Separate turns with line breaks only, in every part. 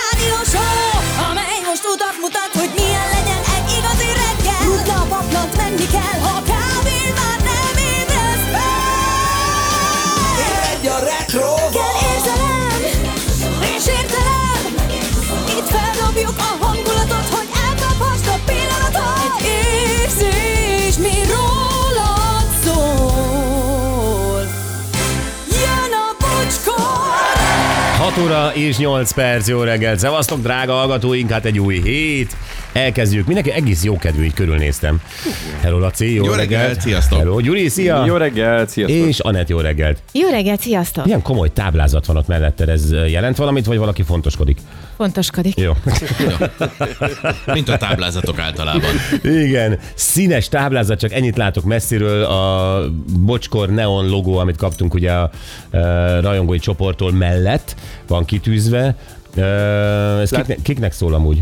rádió show, amely most utat mutat, hogy milyen legyen egy igazi reggel. Rutna a paplant, menni kell, ha kávén már nem ébredsz fel.
Egy a retro
Kell érzelem, és értelem, itt feldobjuk a hangulatot, hogy elkaphast a pillanatot. Egy érzés, mi rólad szól. Jön a bocskor!
6 óra és 8 perc, jó reggel. Szevasztok, drága hallgatóink, hát egy új hét. Elkezdjük. Mindenki egész jó kedvű, így körülnéztem. Hello Laci, jó,
Jó reggelt, sziasztok.
Hello Gyuri, szia.
Jó reggelt, sziasztok!
és Anett, jó reggelt.
Jó reggelt, sziasztok!
Milyen komoly táblázat van ott mellette, ez jelent valamit, vagy valaki fontoskodik?
Pontoskodik.
Jó.
Mint a táblázatok általában.
Igen, színes táblázat, csak ennyit látok messziről, a bocskor neon logó, amit kaptunk ugye a e, rajongói csoporttól mellett, van kitűzve. E, ez kiknek, kiknek szól amúgy?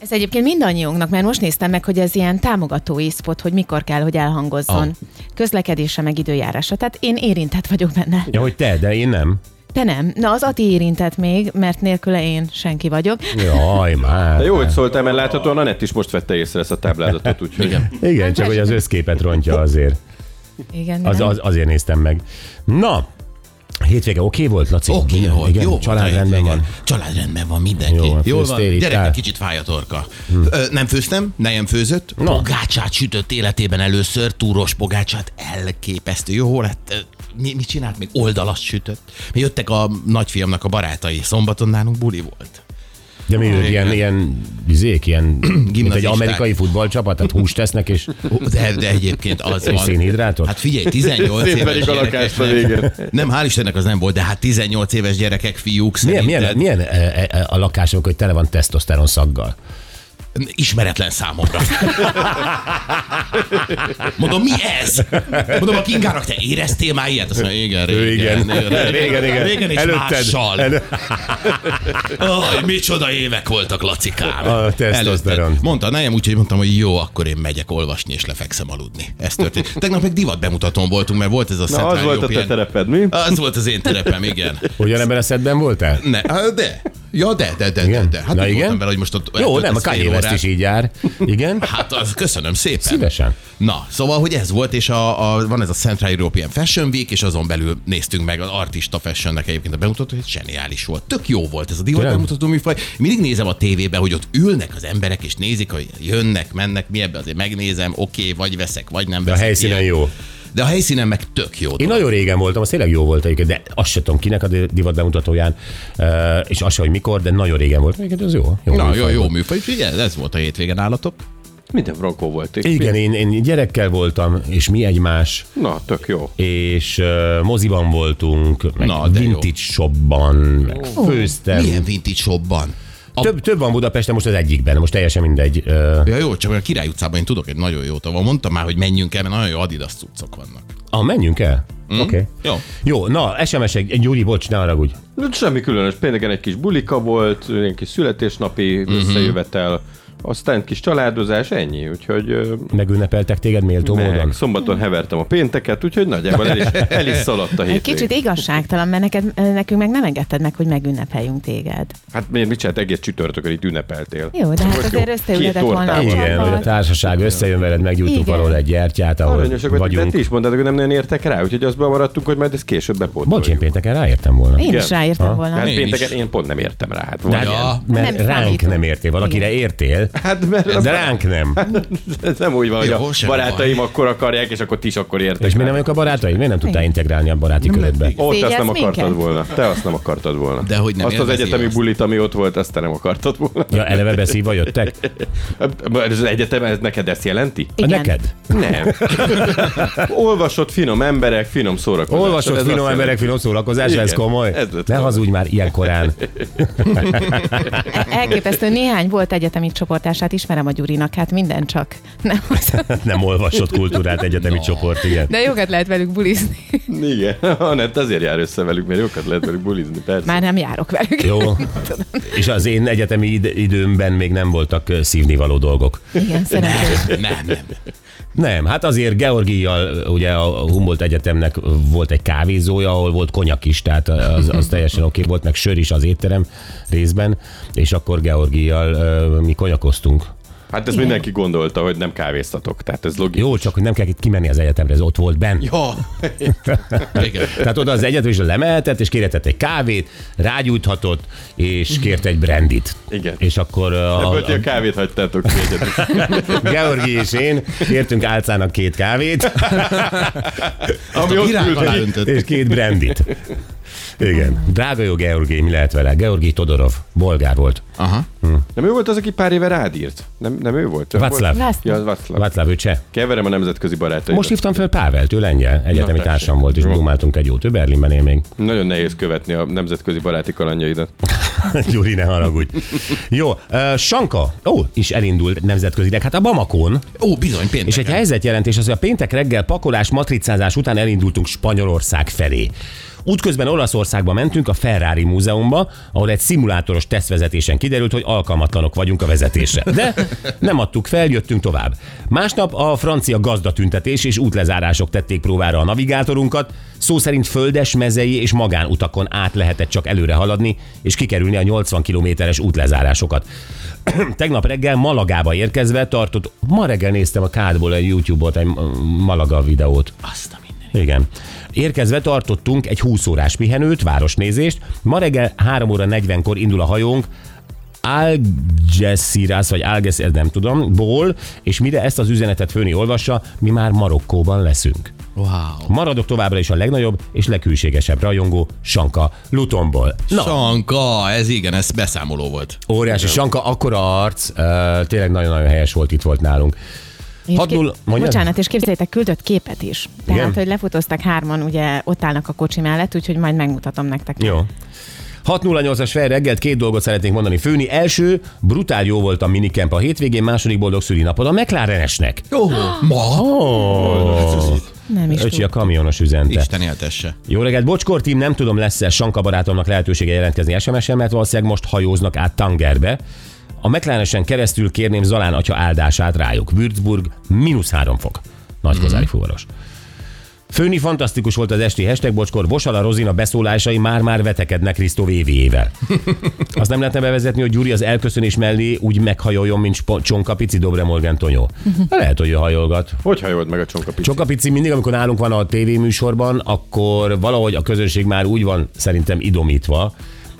Ez egyébként mindannyiunknak, mert most néztem meg, hogy ez ilyen támogatói spot, hogy mikor kell, hogy elhangozzon.
Ah.
Közlekedése meg időjárása. Tehát én érintett vagyok benne.
Ja, hogy te, de én nem.
Te nem. Na, az Ati érintett még, mert nélküle én senki vagyok.
Jaj, már.
De jó, hogy szóltál, mert láthatóan Anett is most vette észre ezt a táblázatot, úgyhogy...
Igen.
Igen, csak hogy az összképet rontja azért.
Igen,
Az,
nem?
az, azért néztem meg. Na, hétvége oké volt, Laci?
Oké
Igen,
volt,
igen,
jó
család
volt a
rendben
hétvégen.
van.
Családrendben van mindenki.
Jó van,
Jól
főztél,
van,
ittál?
gyereknek kicsit fáj a torka. Ö, nem főztem, nejem főzött,
Hm. Na.
pogácsát sütött életében először, túros pogácsát, elképesztő. Jó lett, Ö, mi, mit csinált még? Oldalas sütött. Mi jöttek a nagyfiamnak a barátai, szombaton nálunk buli volt.
De mi ők ilyen, ilyen, izék, ilyen, mint egy
Gimnazisták.
amerikai futballcsapat, tehát húst tesznek, és
De, de egyébként az
És
van.
szénhidrátot?
Hát figyelj, 18
Szép
éves
pedig a
gyerekek.
lakást a végén.
Nem, hál' Istennek az nem volt, de hát 18 éves gyerekek, fiúk
milyen,
szerintem.
milyen, milyen e, e, a lakás, amikor tele van tesztoszteron szaggal?
Ismeretlen számomra. Mondom, mi ez? Mondom, a Kingának te éreztél már ilyet? Azt mondja, igen, régen. régen, régen és mással. Aj, micsoda évek voltak, Lacikám.
A tesztoszteron.
Előtted. Mondta nejem, úgyhogy mondtam, hogy jó, akkor én megyek olvasni és lefekszem aludni. Ez történt. Tegnap meg divat bemutatón voltunk, mert volt ez a
Na,
Central
az volt a te
European-
tereped, mi?
Az volt az én terepem, igen.
Ugyanebben a szedben voltál?
Ne, hát de. Ja, de, de, de, de,
Igen?
de. Hát
Na
úgy
igen?
voltam vele, hogy most ott
Jó, nem, a
eltöltesz fél
Kanye West
órát.
is így jár. Igen?
Hát az, köszönöm szépen.
Szívesen.
Na, szóval, hogy ez volt, és a, a, van ez a Central European Fashion Week, és azon belül néztünk meg az artista fashionnek egyébként a bemutató, hogy zseniális volt. Tök jó volt ez a divat
Tényleg?
bemutató műfaj. Mindig nézem a tévébe, hogy ott ülnek az emberek, és nézik, hogy jönnek, mennek, mi ebbe azért megnézem, oké, vagy veszek, vagy nem
De a
veszek.
helyszínen
ilyen.
jó.
De a helyszínen meg tök jó.
Én
dolog.
nagyon régen voltam, az tényleg jó volt egyébként, de azt sem tudom kinek a divat bemutatóján, eh, és azt sem, hogy mikor, de nagyon régen volt. Egyébként az jó. jó
Na, jó,
műfaj
jó
volt.
műfaj, úgyhogy ez ez volt a hétvégen állatok.
Minden frankó volt.
Igen, én, én gyerekkel voltam, és mi egymás,
Na, tök jó.
és uh, moziban voltunk, meg Na,
Na, de jó.
vintage shopban, meg főztem.
Milyen vintage shopban? A-
Több, több van Budapesten, most az egyikben, most teljesen mindegy. Uh,
Ja jó, csak a Király utcában én tudok egy nagyon jót, ahol mondtam már, hogy menjünk el, mert nagyon jó Adidas cuccok vannak.
ah, menjünk el? Mm. Oké. Okay.
Jó.
Jó, na, SMS-ek, Gyuri, bocs, ne haragudj.
De Semmi különös. Pénteken egy kis bulika volt, egy kis születésnapi összejövetel, aztán kis családozás, ennyi. Úgyhogy ö,
Megünnepeltek téged méltó
meg
módon?
szombaton hevertem a pénteket, úgyhogy nagyjából el is, el is szaladt a
Egy
hétvég.
kicsit igazságtalan, mert neked, nekünk meg nem engedted meg, hogy megünnepeljünk téged.
Hát miért mit csinált? Egész csütörtökön itt ünnepeltél.
Jó, de hát
Tök
azért
jó.
összeülhetett
Két
volna a
tortával.
Igen, hogy a
csapat.
társaság összejön veled, meggyújtunk
Igen.
valahol egy gyertyát, ahol
Aranyosak vagyunk, de
vagyunk.
ti is mondtátok, hogy nem nagyon értek rá, úgyhogy azt maradtunk, hogy majd ezt később bepótoljuk.
Bocs, én pénteken ráértem volna.
Én
Igen.
is ráírtam
Ha?
volna.
Hát
Én
pénteken
is.
én pont nem értem rá. Hát,
De
vagy-
Ja.
hát, mert
Nem
ránk
számítunk.
nem értél, valakire értél,
hát mert
de ránk nem.
Ez nem úgy van, hogy
Jó,
a
semmi
barátaim
baj.
akkor akarják, és akkor ti is akkor értek.
És mi
rá.
nem vagyunk a barátaid? Miért nem tudtál integrálni a baráti körödbe?
Ott azt nem
Szégyelsz
akartad
minket?
volna. Te azt nem akartad volna.
De hogy nem
azt az
élvezi
egyetemi
azt.
bulit, ami ott volt, azt te nem akartad volna.
Ja, eleve beszívva jöttek?
Ez az egyetem, ez neked ezt jelenti?
Igen.
Neked?
Nem. Olvasott finom emberek, finom szórakozás.
Olvasott
Ez azt
finom
jelenti.
emberek, finom szórakozás,
Igen,
ez komoly.
ez lett
Ne
komoly.
hazudj már ilyen korán.
Elképesztő, néhány volt egyetemi csoportását ismerem a Gyurinak, hát minden csak. Nem az.
Nem olvasott kultúrát egyetemi csoport, igen.
De jogat lehet velük bulizni.
Igen, Anett azért jár össze velük, mert jókat lehet velük bulizni, persze.
Már nem járok velük.
Jó. És az én egyetemi id- időmben még nem voltak ö, szívnivaló dolgok.
Igen, szerencsés.
Nem, nem.
Nem, hát azért Georgial, ugye a Humboldt Egyetemnek volt egy kávézója, ahol volt konyak is, tehát az, az teljesen oké okay volt, meg sör is az étterem részben, és akkor Georgial ö, mi konyakoztunk.
Hát ezt mindenki gondolta, hogy nem kávéztatok, tehát ez logikus.
Jó, csak hogy nem kell itt kimenni az egyetemre, ez ott volt benne.
Ja. Igen.
Tehát oda az egyetem is lemehetett, és kérhetett egy kávét, rágyújthatott, és kért egy brandit.
Igen.
És akkor a,
Ebből
a
ti a kávét hagytátok ki egyetek.
Georgi és én kértünk álcának két kávét,
Ami
a
ott
virág
ült,
alá
hogy-
öntött.
és két brandit. Igen. Drága jó Georgi, mi lehet vele? Georgi Todorov, bolgár volt.
Aha.
Nem ő volt az, aki pár éve rád írt? Nem, nem ő volt?
Václav.
Vász-
Ja, az Václav.
Václav, ő cseh.
Keverem a nemzetközi barátaimat.
Most hívtam fel Pávelt, ő lengyel egyetemi
tessék.
társam volt, és dumáltunk egy jót. Ő Berlinben él még.
Nagyon nehéz követni a nemzetközi baráti kalandjaidat.
Gyuri, ne haragudj. Jó, uh, Sanka, ó, is elindult nemzetközileg, hát a Bamakon,
Ó, bizony, pénteken.
és egy helyzetjelentés az, hogy a péntek reggel pakolás, matricázás után elindultunk Spanyolország felé. Útközben Olaszországba mentünk a Ferrari múzeumba, ahol egy szimulátoros tesztvezetésen kiderült, hogy alkalmatlanok vagyunk a vezetésre. De nem adtuk fel, jöttünk tovább. Másnap a francia gazdatüntetés és útlezárások tették próbára a navigátorunkat, szó szerint földes, mezei és magánutakon át lehetett csak előre haladni, és kikerülni a 80 kilométeres útlezárásokat. Tegnap reggel Malagába érkezve tartott, ma reggel néztem a kádból egy YouTube-ot, egy mm, Malaga videót.
Azt a minden.
Igen. Érkezve tartottunk egy 20 órás pihenőt, városnézést. Ma reggel 3 óra 40-kor indul a hajónk, Algeciras, vagy Algeciras, nem tudom, ból, és mire ezt az üzenetet főni olvassa, mi már Marokkóban leszünk.
Wow.
Maradok továbbra is a legnagyobb és leghűségesebb rajongó, Sanka Lutonból. Na,
Sanka, ez igen, ez beszámoló volt.
óriási Sanka, akkora arc, uh, tényleg nagyon-nagyon helyes volt, itt volt nálunk.
És
Hadd nulla- mondjad?
Bocsánat, és képzeljétek, küldött képet is. Tehát,
Igen?
hogy lefotóztak hárman, ugye ott állnak a kocsi mellett, úgyhogy majd megmutatom nektek.
Jó. 6.08-as fel reggelt két dolgot szeretnék mondani. Főni első, brutál jó volt a minikemp a hétvégén, második boldog szülinapod a McLarenesnek.
Jó. Ma?
Oh.
Nem is
Öcsi a
tudom.
kamionos üzente.
Isten éltesse.
Jó reggelt, Bocskor team, nem tudom, lesz-e Sanka barátomnak lehetősége jelentkezni SMS-en, mert valószínűleg most hajóznak át Tangerbe. A McLarenesen keresztül kérném Zalán atya áldását rájuk. Würzburg, mínusz három fok. Nagy kozári fuvaros. Főni fantasztikus volt az esti hashtag bocskor, Bosala Rozina beszólásai már-már vetekednek Krisztó Véviével. Azt nem lehetne bevezetni, hogy Gyuri az elköszönés mellé úgy meghajoljon, mint Spo- Csonka Pici Dobre Morgan Tonyó. Lehet, hogy ő hajolgat.
Hogy hajolt meg a csonka pici?
Csoka Pici mindig, amikor nálunk van a tévéműsorban, akkor valahogy a közönség már úgy van szerintem idomítva,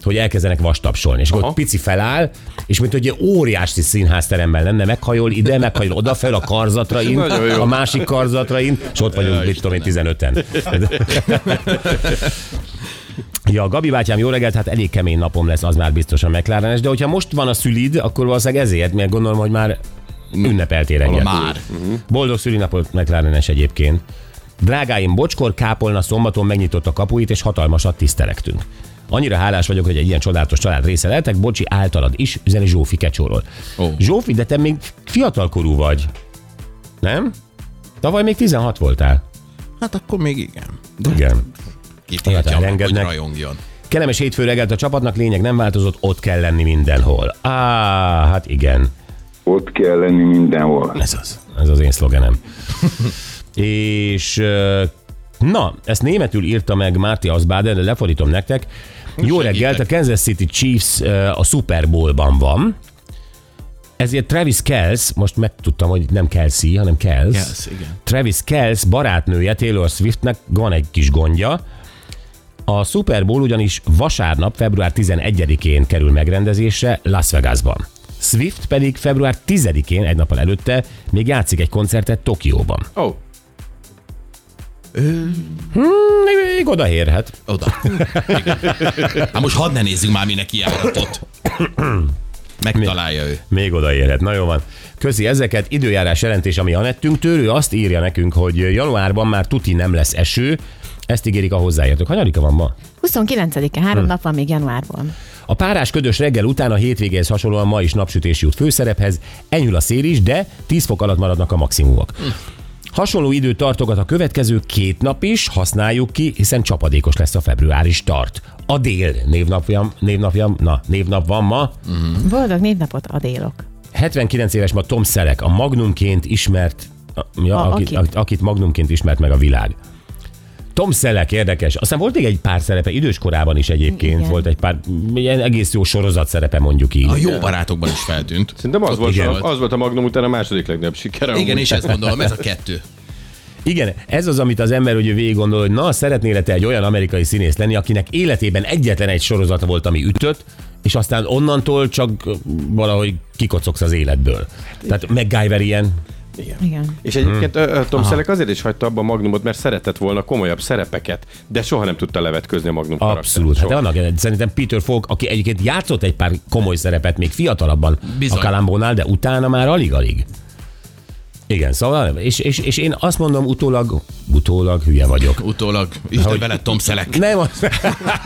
hogy elkezdenek vastapsolni. És akkor
Aha.
pici feláll, és mint hogy egy óriási színházteremben lenne, meghajol ide, meghajol odafel a karzatrain,
Nagyon jó.
a másik karzatrain, és ott vagyunk, mit tudom én, 15-en. Ja, Gabi bátyám, jó reggelt, hát elég kemény napom lesz, az már biztosan McLarenes, de hogyha most van a szülid, akkor valószínűleg ezért, mert gondolom, hogy már ünnepeltél egyet.
Már.
Boldog szülinapot McLarenes egyébként. Drágáim, Bocskor Kápolna szombaton megnyitott a kapuit, és hatalmasat tisztelektünk. Annyira hálás vagyok, hogy egy ilyen csodálatos család része lehetek, Bocsi általad is, üzeni Zsófi Kecsóról.
Ó.
Zsófi, de te még fiatalkorú vagy, nem? Tavaly még 16 voltál.
Hát akkor még igen. De
Igen. Hát
kitiltja, hogy
elengednek.
rajongjon.
Kellemes hétfő reggelt a csapatnak, lényeg nem változott, ott kell lenni mindenhol. Á, hát igen,
Ott kell lenni mindenhol.
ez az. Ez az én szlogenem. És ö, na, ezt németül írta meg Márti Asbader, de lefordítom nektek. Jó reggelt, a Kansas City Chiefs ö, a Super Bowl-ban van, ezért Travis Kells, most megtudtam, hogy nem Kelsey, hanem Kells.
Kelce, igen.
Travis Kells barátnője Taylor Swiftnek van egy kis gondja. A Super Bowl ugyanis vasárnap, február 11-én kerül megrendezésre Las Vegasban. Swift pedig február 10-én, egy nappal előtte, még játszik egy koncertet Tokióban.
Ó, oh,
Még, még odaérhet.
Oda. Igen. Hát most hadd ne nézzünk már, minek ilyen adatot. Megtalálja ő.
Még odaérhet. Na jó van. Közi ezeket. Időjárás jelentés, ami Anettünk törő, azt írja nekünk, hogy januárban már tuti nem lesz eső. Ezt ígérik a hozzáértők. Hanyarika van ma?
29-e, három
Hm.
nap van még januárban.
A párás ködös reggel után a hétvégéhez hasonlóan ma is napsütés jut főszerephez, enyhül a szél is, de 10 fok alatt maradnak a maximumok. Hasonló időt tartogat a következő két nap is, használjuk ki, hiszen csapadékos lesz a februári start. A dél névnapjam, névnapjam, na, névnap van ma.
Boldog névnapot adélok.
79 éves ma Tom Szelek, a magnumként ismert ja,
A-
akit,
akit.
akit. akit magnumként ismert meg a világ. Tom Selleck érdekes. Aztán volt még egy pár szerepe, idős korában is egyébként Igen.
Igen.
volt egy pár, ilyen egész jó sorozat szerepe mondjuk így.
A jó barátokban is feltűnt.
Szerintem az,
Ott
volt,
igen
a, az volt a Magnum után a második legnagyobb siker.
Igen, és ezt gondolom, ez a kettő.
Igen, ez az, amit az ember ugye végig gondol, hogy na, szeretnél te egy olyan amerikai színész lenni, akinek életében egyetlen egy sorozata volt, ami ütött, és aztán onnantól csak valahogy kikocogsz az életből. Tehát MacGyver ilyen.
Igen.
És egyébként ö, ö, Tom Selleck azért is hagyta abba a Magnumot, mert szeretett volna komolyabb szerepeket, de soha nem tudta levetközni a Magnum
Abszolút. Hát
karaktert.
de annak ellenére, szerintem Peter Falk, aki egyébként játszott egy pár komoly szerepet még fiatalabban Bizony.
Bizony.
a Kalambónál, de utána már alig-alig. Igen, szóval, és, és, és én azt mondom utólag, utólag hülye vagyok.
Utólag, Isten
Hogy-
hogy... veled, Tom Selleck.
Nem az,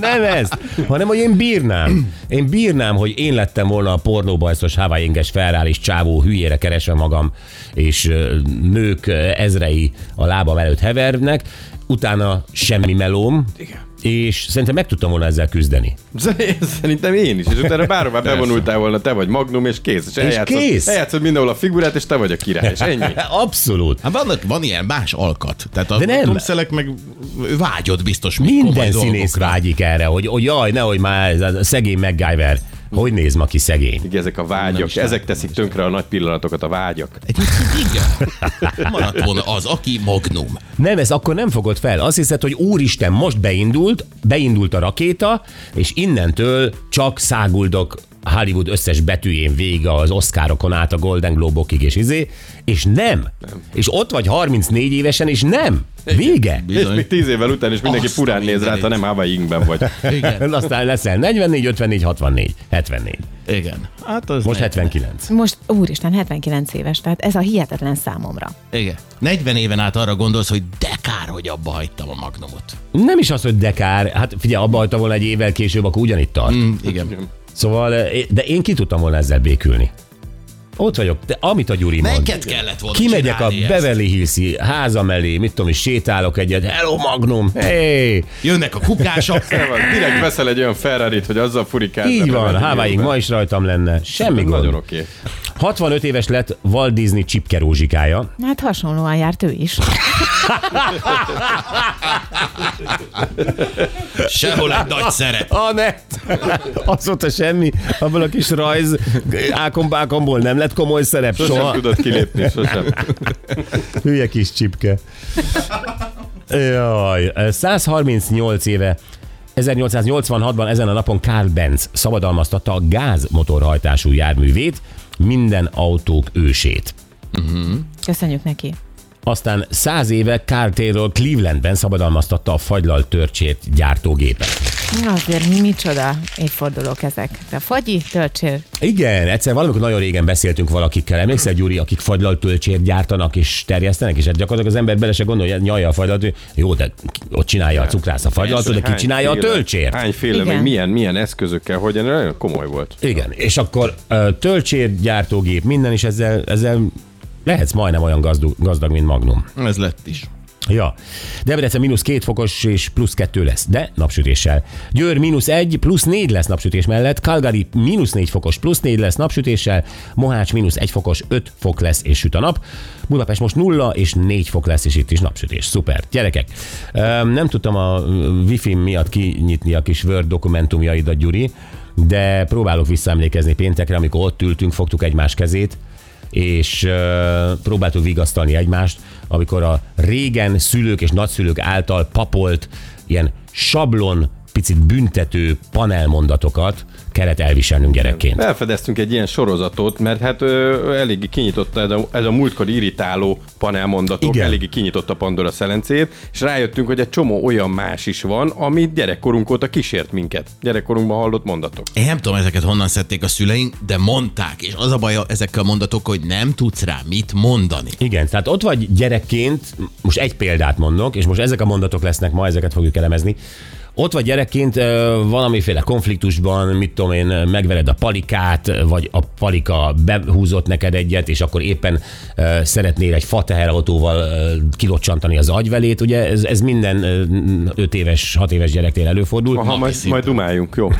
nem ez, hanem hogy én bírnám. Én bírnám, hogy én lettem volna a pornóbajszos havainges ferrális csávó hülyére keresve magam, és ö, nők ö, ezrei a lábam előtt hevernek, utána semmi melóm,
Igen.
és szerintem meg tudtam volna ezzel küzdeni.
Abszolút. Szerintem én is, és utána bárhová bevonultál volna, te vagy Magnum, és kész. És, eljátszod,
kész.
eljátszod mindenhol a figurát, és te vagy a király, és ennyi.
Abszolút.
Hát vannak, van ilyen más alkat. Tehát a
De nem.
Tom Selleck meg ő vágyott biztos még komoly
Minden színész
dolgokra.
vágyik erre, hogy, hogy jaj, nehogy már ez a szegény MacGyver. Hogy néz ma ki szegény?
Igen, ezek a
Nem
vágyak,
is látom,
ezek teszik tönkre a nagy pillanatokat, a vágyak.
Egyébként igen. Maradt volna az, aki magnum.
Nem, ez akkor nem fogod fel. Azt hiszed, hogy úristen, most beindult, beindult a rakéta, és innentől csak száguldok Hollywood összes betűjén végig az Oscarokon át a Golden Globokig és izé, és nem. nem. És ott vagy 34 évesen, és nem. Vége.
És még tíz évvel után is mindenki
Azt a
furán néz rád,
mindenit.
ha nem Hawaii ingben vagy.
Igen.
Aztán leszel 44, 54, 64, 74.
Igen. Hát az
Most
nehéz.
79.
Most, úristen, 79 éves, tehát ez a hihetetlen számomra.
hát-
Igen. 40 éven át arra gondolsz, hogy de kár, hogy abba hagytam a magnumot.
Nem is az, hogy de kár. Hát figyelj, abba hagyta volna egy évvel később, akkor ugyanitt tart. Mm.
Mm, igen.
Szóval, eh, de én ki tudtam volna ezzel békülni. Ott vagyok, de amit a Gyuri mond.
Neked kellett volna
Kimegyek a
csinálni ezt.
Beverly Hills-i háza mellé, mit tudom, és sétálok egyet. Hello Magnum, hey!
Jönnek a kukások.
Szóval direkt veszel egy olyan ferrari hogy azzal furikázzál.
Így van,
Beverly
Háváig
Hillsbe.
ma is rajtam lenne. Semmi
Nagyon
gond.
oké.
65 éves lett Walt Disney csipke rózsikája.
Hát hasonlóan járt ő is.
Sehol egy nagy szerep.
A ne! Azóta semmi, abban a kis rajz ákombákomból nem lett komoly szerep
Sosem
soha.
tudod kilépni, sosem.
Hülye kis csipke. Jaj, 138 éve 1886-ban ezen a napon Carl Benz szabadalmaztatta a gázmotorhajtású járművét, minden autók ősét.
Köszönjük neki.
Aztán 100 éve Carl Taylor Clevelandben szabadalmaztatta a fagylal törcsét gyártógépet.
Azért micsoda évfordulók ezek. De fagyi, töltsér.
Igen, egyszer valamikor nagyon régen beszéltünk valakikkel. Emlékszel, Gyuri, akik fagylal tölcsért gyártanak és terjesztenek, és hát gyakorlatilag az ember bele se gondolja, hogy nyalja a fagylalt, hogy jó, de ott csinálja a cukrász a fagylaltot, de ki csinálja a
Hányféle-
tölcsért?
Hányféle, meg
Igen.
milyen, milyen eszközökkel, hogyan, nagyon komoly volt.
Igen, és akkor ö, töltsér, gyártógép, minden is ezzel, ezzel lehetsz majdnem olyan gazdag, gazdag, mint Magnum.
Ez lett is.
Ja. Debrecen mínusz két fokos és plusz kettő lesz, de napsütéssel. Győr mínusz egy, plusz négy lesz napsütés mellett, Calgary mínusz négy fokos, plusz négy lesz napsütéssel, Mohács mínusz egy fokos, öt fok lesz és süt a nap, Budapest most nulla és négy fok lesz, és itt is napsütés. Szuper. Gyerekek, öm, nem tudtam a wifi miatt kinyitni a kis Word dokumentumjaidat, Gyuri, de próbálok visszaemlékezni péntekre, amikor ott ültünk, fogtuk egymás kezét, és ö, próbáltuk vigasztalni egymást, amikor a régen szülők és nagyszülők által papolt ilyen sablon, picit büntető panelmondatokat kellett elviselnünk gyerekként.
Felfedeztünk egy ilyen sorozatot, mert hát ö, eléggé kinyitotta ez a, ez a múltkor irritáló panelmondatok,
Igen.
Igen. eléggé kinyitotta Pandora szelencét, és rájöttünk, hogy egy csomó olyan más is van, ami gyerekkorunk óta kísért minket. Gyerekkorunkban hallott mondatok.
Én nem tudom, ezeket honnan szedték a szüleink, de mondták. És az a baj ezekkel a mondatokkal, hogy nem tudsz rá mit mondani.
Igen, tehát ott vagy gyerekként, most egy példát mondok, és most ezek a mondatok lesznek, ma ezeket fogjuk elemezni. Ott vagy gyerekként ö, valamiféle konfliktusban, mit tudom tudom én, megvered a palikát, vagy a palika behúzott neked egyet, és akkor éppen ö, szeretnél egy fa teherautóval ö, kilocsantani az agyvelét, ugye ez, ez minden 5 éves, 6 éves gyereknél előfordul.
Aha, majd, majd dumáljunk, jó.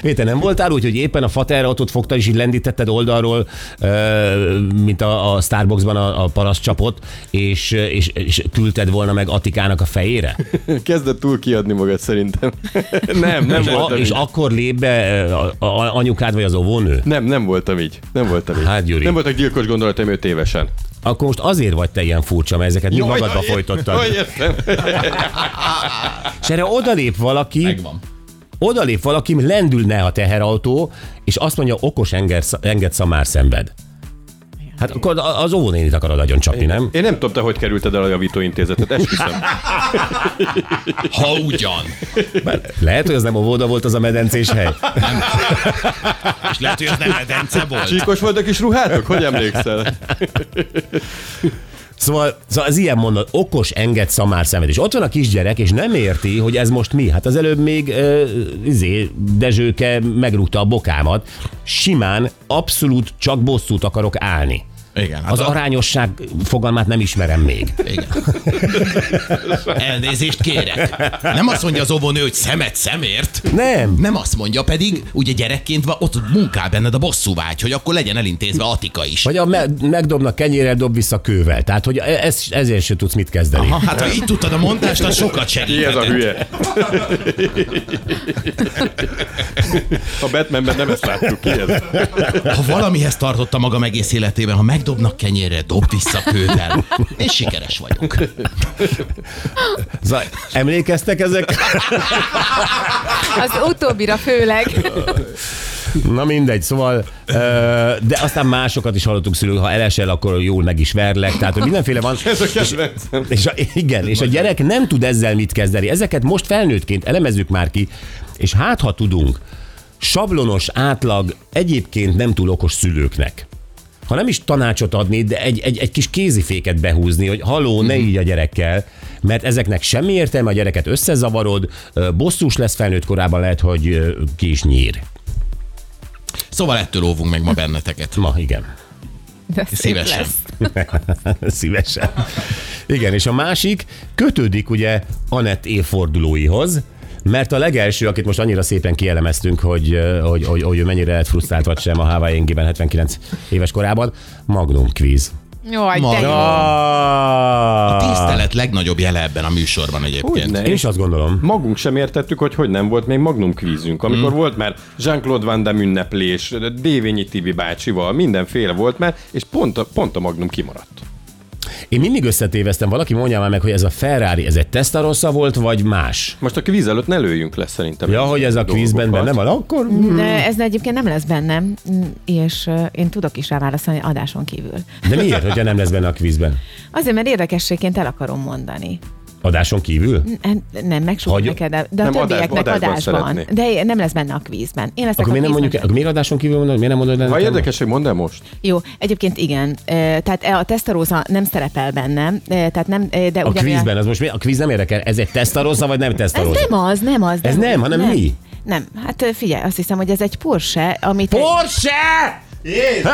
Péter, nem voltál úgy, hogy éppen a faterautót fogtad, és így lendítetted oldalról, ö, mint a, a Starbucksban a, a paraszt csapot, és, és, és küldted volna meg Atikának a fejére?
Kezded túl kiadni magad szerintem. nem, nem
és, a,
voltam
és
így.
akkor lép be ö, a, a, anyukád vagy az óvónő?
Nem, nem voltam így. Nem voltam így.
Hát, Gyuri.
Nem voltak gyilkos gondolataim 5 évesen.
Akkor most azért vagy te ilyen furcsa, mert ezeket mind magadba folytottad.
Jaj, értem.
És erre odalép valaki,
Megvan.
odalép valaki, lendülne a teherautó, és azt mondja, okos enger, enged szamár szenved. Hát akkor a- az óvónénit akarod agyon csapni, nem?
Én nem tudom, te hogy kerülted el a javítóintézetet, esküszöm.
Ha ugyan.
Bár lehet, hogy az nem óvoda volt az a medencés hely.
És lehet, hogy az nem medence volt.
Csíkos volt a kis ruhátok? Hogy emlékszel?
Szóval, szóval az ilyen mondat, okos enged szamár szenved. És ott van a kisgyerek, és nem érti, hogy ez most mi. Hát az előbb még uh, izé, Dezsőke megrúgta a bokámat. Simán, abszolút csak bosszút akarok állni.
Igen, hát
Az
a-
arányosság fogalmát nem ismerem még.
Igen. Elnézést kérek. Nem azt mondja az óvónő, hogy szemet szemért.
Nem,
Nem azt mondja pedig, ugye gyerekként va- ott munkál benned a bosszúvágy, hogy akkor legyen elintézve Atika is.
Vagy a me- megdobnak kenyérrel, dob vissza kővel. Tehát, hogy ez, ezért se tudsz mit kezdeni.
Ha, hát ha így tudtad a mondást, az sokat
Ki ez a
segíthetett.
hülye? A Batmanben nem ezt láttuk, ki ez?
Ha valamihez tartotta magam egész életében, ha megdobnak kenyérre, dob vissza kővel. És sikeres vagyok.
Zaj, Szóval emlékeztek ezek?
Az utóbbira főleg.
Na mindegy, szóval, ö, de aztán másokat is hallottuk szülők, ha elesel, akkor jól meg is verlek, tehát hogy mindenféle van.
Ez a kedvencem.
És a, igen, és a gyerek nem tud ezzel mit kezdeni. Ezeket most felnőttként elemezzük már ki, és hát ha tudunk, sablonos átlag egyébként nem túl okos szülőknek. Ha nem is tanácsot adni, de egy, egy, egy kis kéziféket behúzni, hogy haló,
Mhm.
ne így a gyerekkel, mert ezeknek semmi értelme, a gyereket összezavarod, ö, bosszus lesz felnőtt korában, lehet, hogy ö, ki is nyír.
Szóval ettől óvunk meg ma benneteket.
Ma, igen.
De szép
Szívesen.
lesz.
Szívesen. Igen, és a másik kötődik ugye Anett évfordulóihoz, mert a legelső, akit most annyira szépen kielemeztünk, hogy, ö, hogy, hogy, hogy ő mennyire lett frusztrált vagy sem a Hawaii 79 éves korában, Magnum Quiz.
Jaj, de jó.
Maga. Ah!
A
Tisztelet legnagyobb jele ebben a műsorban egyébként.
Hogyne.
Én is azt gondolom.
Magunk sem értettük, hogy hogy nem volt még Magnum kvízünk, amikor volt már Jean-Claude Van Damme ünneplés, Dévényi Tibi bácsival, mindenféle volt már, és pont a, pont a Magnum kimaradt.
Én mindig összetéveztem, valaki mondja már meg, hogy ez a Ferrari, ez egy testarossa volt, vagy más?
Most a kvíz előtt ne lőjünk le szerintem.
Ja, hogy ez a kvízben
dolgokat.
benne van, akkor...
Ne, Ez egyébként nem lesz bennem, és ö, én tudok is rá válaszolni adáson kívül.
De miért, hogyha nem lesz benne a kvízben?
Azért, mert érdekességként el akarom mondani.
Adáson kívül?
N- Nem, meg sok
Hogy-
neked, de- de a
Nem, adásba-
többieknek
adásban
adásban.
szeretné.
De nem lesz benne a kvízben. Én leszek
Akkor
a
miért nem mondjuk,
kvízben.
akkor miért adáson kívül mondod, miért nem mondod el
Ha
nekem?
érdekes, hogy mondd el most.
Jó, egyébként igen. Ö, Tehát e, a tesztaróza nem szerepel bennem, ö, tehát nem, ö, de
A
ugyanilyen-
kvízben, az most mi? A kvíz nem érdekel, ez egy tesztarozza, vagy nem
Ez
tesztarozza?
nem az, nem az.
Ez nem, hanem mi?
Nem, hát ö, figyelj, azt hiszem, hogy ez egy Porsche, amit...
Porsche! Jézus!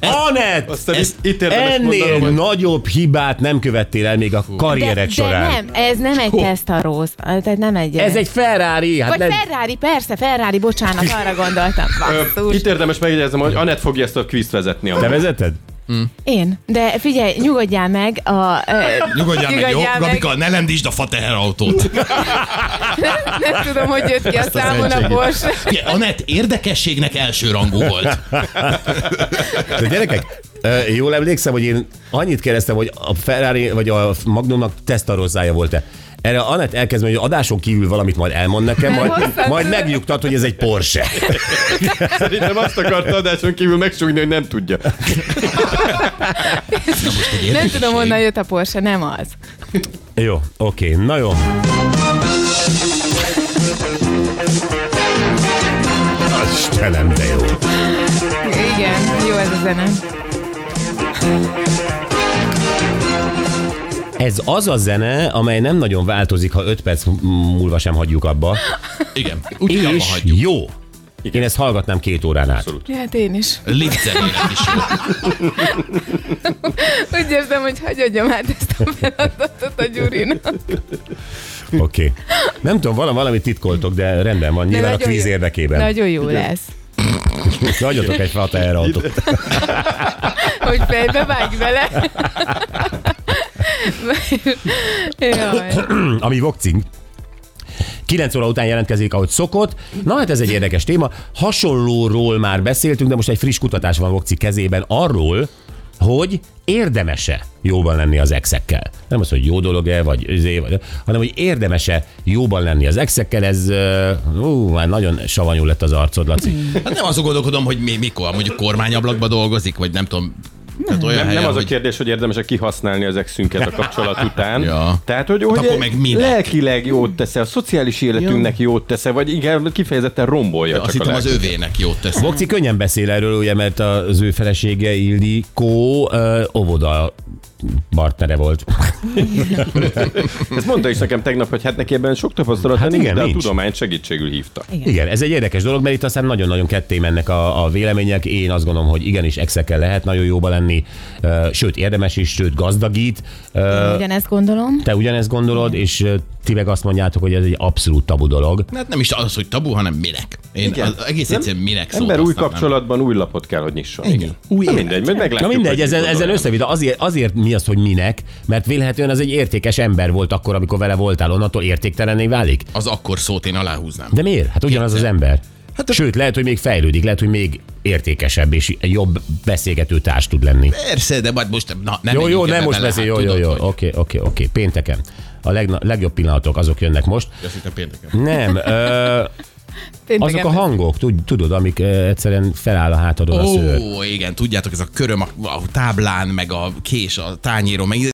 Ah! Anett!
Aztán
Ez-
itt érdemes
Ennél
mondanom, hogy...
nagyobb hibát nem követtél el még a
de, de
karriered során.
nem, ez nem egy tesztaróz, tehát nem egy...
Ez egy Ferrari, hát
Vagy
nem...
Ferrari, persze, Ferrari, bocsánat, arra gondoltam. Basszus.
Itt érdemes megjegyeznem, hogy Anett fogja ezt a kvízt vezetni.
Te vezeted?
Én. De figyelj, nyugodjál meg a... Ö,
Nyugodjál meg, jó? Gabika, ne lemdítsd a fateherautót.
Nem tudom, hogy jött ki a számon a
mentséget.
Porsche.
Ugye, Anett érdekességnek első rangú volt.
De gyerekek, ö, jól emlékszem, hogy én annyit kérdeztem, hogy a Ferrari vagy a Magnumnak tesztarozzája volt-e. Erre Anett elkezd mondani, hogy adáson kívül valamit majd elmond nekem, majd,
hosszan-
majd megnyugtat, hogy ez egy Porsche.
Szerintem azt akarta adáson kívül megsugni, hogy nem tudja.
Most egy
Nem
érdekesség.
tudom, honnan jött a Porsche, nem az.
Jó, oké, na jó. Istenem, de jó.
Igen, jó ez a zene.
Ez az a zene, amely nem nagyon változik, ha 5 perc m- múlva sem hagyjuk abba.
Igen, úgy abba
És
hagyjuk.
jó. Én ezt hallgatnám két órán át.
Hát én is.
Lift zenének is jó.
Úgy érzem, hogy hagyjam át ezt a feladatot a Gyurinak.
Oké. Okay. Nem tudom, valami, valamit titkoltok, de rendben van. Nyilván a
nagyon
kvíz
jó.
érdekében. Nagy...
Nagyon jó lesz.
Nagyotok egy fata erre autót.
Hogy fejbe vágj vele. Jaj.
ami vokcing. 9 óra után jelentkezik, ahogy szokott. Na hát ez egy érdekes téma. Hasonlóról már beszéltünk, de most egy friss kutatás van Vokci kezében arról, hogy érdemese jóban lenni az exekkel. Nem az, hogy jó dolog-e, vagy üzé, vagy, hanem hogy érdemese jóban lenni az exekkel. Ez ö, ú, már nagyon savanyú lett az arcod, Laci.
Hát nem azon gondolkodom, hogy mi, mikor, mondjuk kormányablakban dolgozik, vagy nem tudom. Tehát olyan
Nem,
helyen,
nem az a
hogy...
kérdés, hogy érdemes-e kihasználni az exünket a kapcsolat után.
Ja. Hát
Tehát, hogy, hogy
akkor meg minek?
lelkileg jót tesz a szociális életünknek jót tesz vagy igen, kifejezetten rombolja
Azt
csak a
hittem az
lelkünket.
övének jót tesz.
Vokci könnyen beszél erről, ugye, mert az ő felesége Ildikó ö, óvoda partnere volt.
Ezt mondta is nekem tegnap, hogy hát neki ebben sok tapasztalat
Hát
hát nincs,
igen,
de a
nincs.
tudományt segítségül hívta.
Igen, ez egy érdekes dolog, mert itt aztán nagyon-nagyon ketté mennek a, a vélemények. Én azt gondolom, hogy igenis exekkel lehet nagyon jóba lenni, ö, sőt érdemes is, sőt gazdagít. Ö,
Ugyanezt gondolom.
Te ugyanezt gondolod, és ö, ti meg azt mondjátok, hogy ez egy abszolút tabu dolog.
Hát nem is az, hogy tabu, hanem minek. Én
Igen.
az egész egyszerűen minek szót
Ember új
használnám.
kapcsolatban új lapot kell, hogy nyisson.
Szóval Igen.
Új Na mindegy, majd meglátjuk.
Na mindegy,
hogy
ezen,
mit
ezen
gondol.
összevita. Azért, azért mi az, hogy minek, mert vélhetően az egy értékes ember volt akkor, amikor vele voltál, onnantól értéktelené válik.
Az akkor szót én aláhúznám.
De miért? Hát ugyanaz az ember. Hát Sőt, lehet, hogy még fejlődik, lehet, hogy még értékesebb és jobb beszélgető társ tud lenni.
Persze, de majd most na, nem
Jó,
menjünk
jó,
ebbe
nem most
bele,
beszél,
hát
jó, jó,
tudod,
jó.
hogy-
Oké, oké, oké. Pénteken. A legna- legjobb pillanatok, azok jönnek most.
Azt hittem pénteken.
Nem, ö,
Pénteken
azok a hangok, tud- tudod, amik ö, egyszerűen feláll a hátadon a szőr.
Ó, igen, tudjátok, ez a köröm a, a táblán, meg a kés a tányéron, meg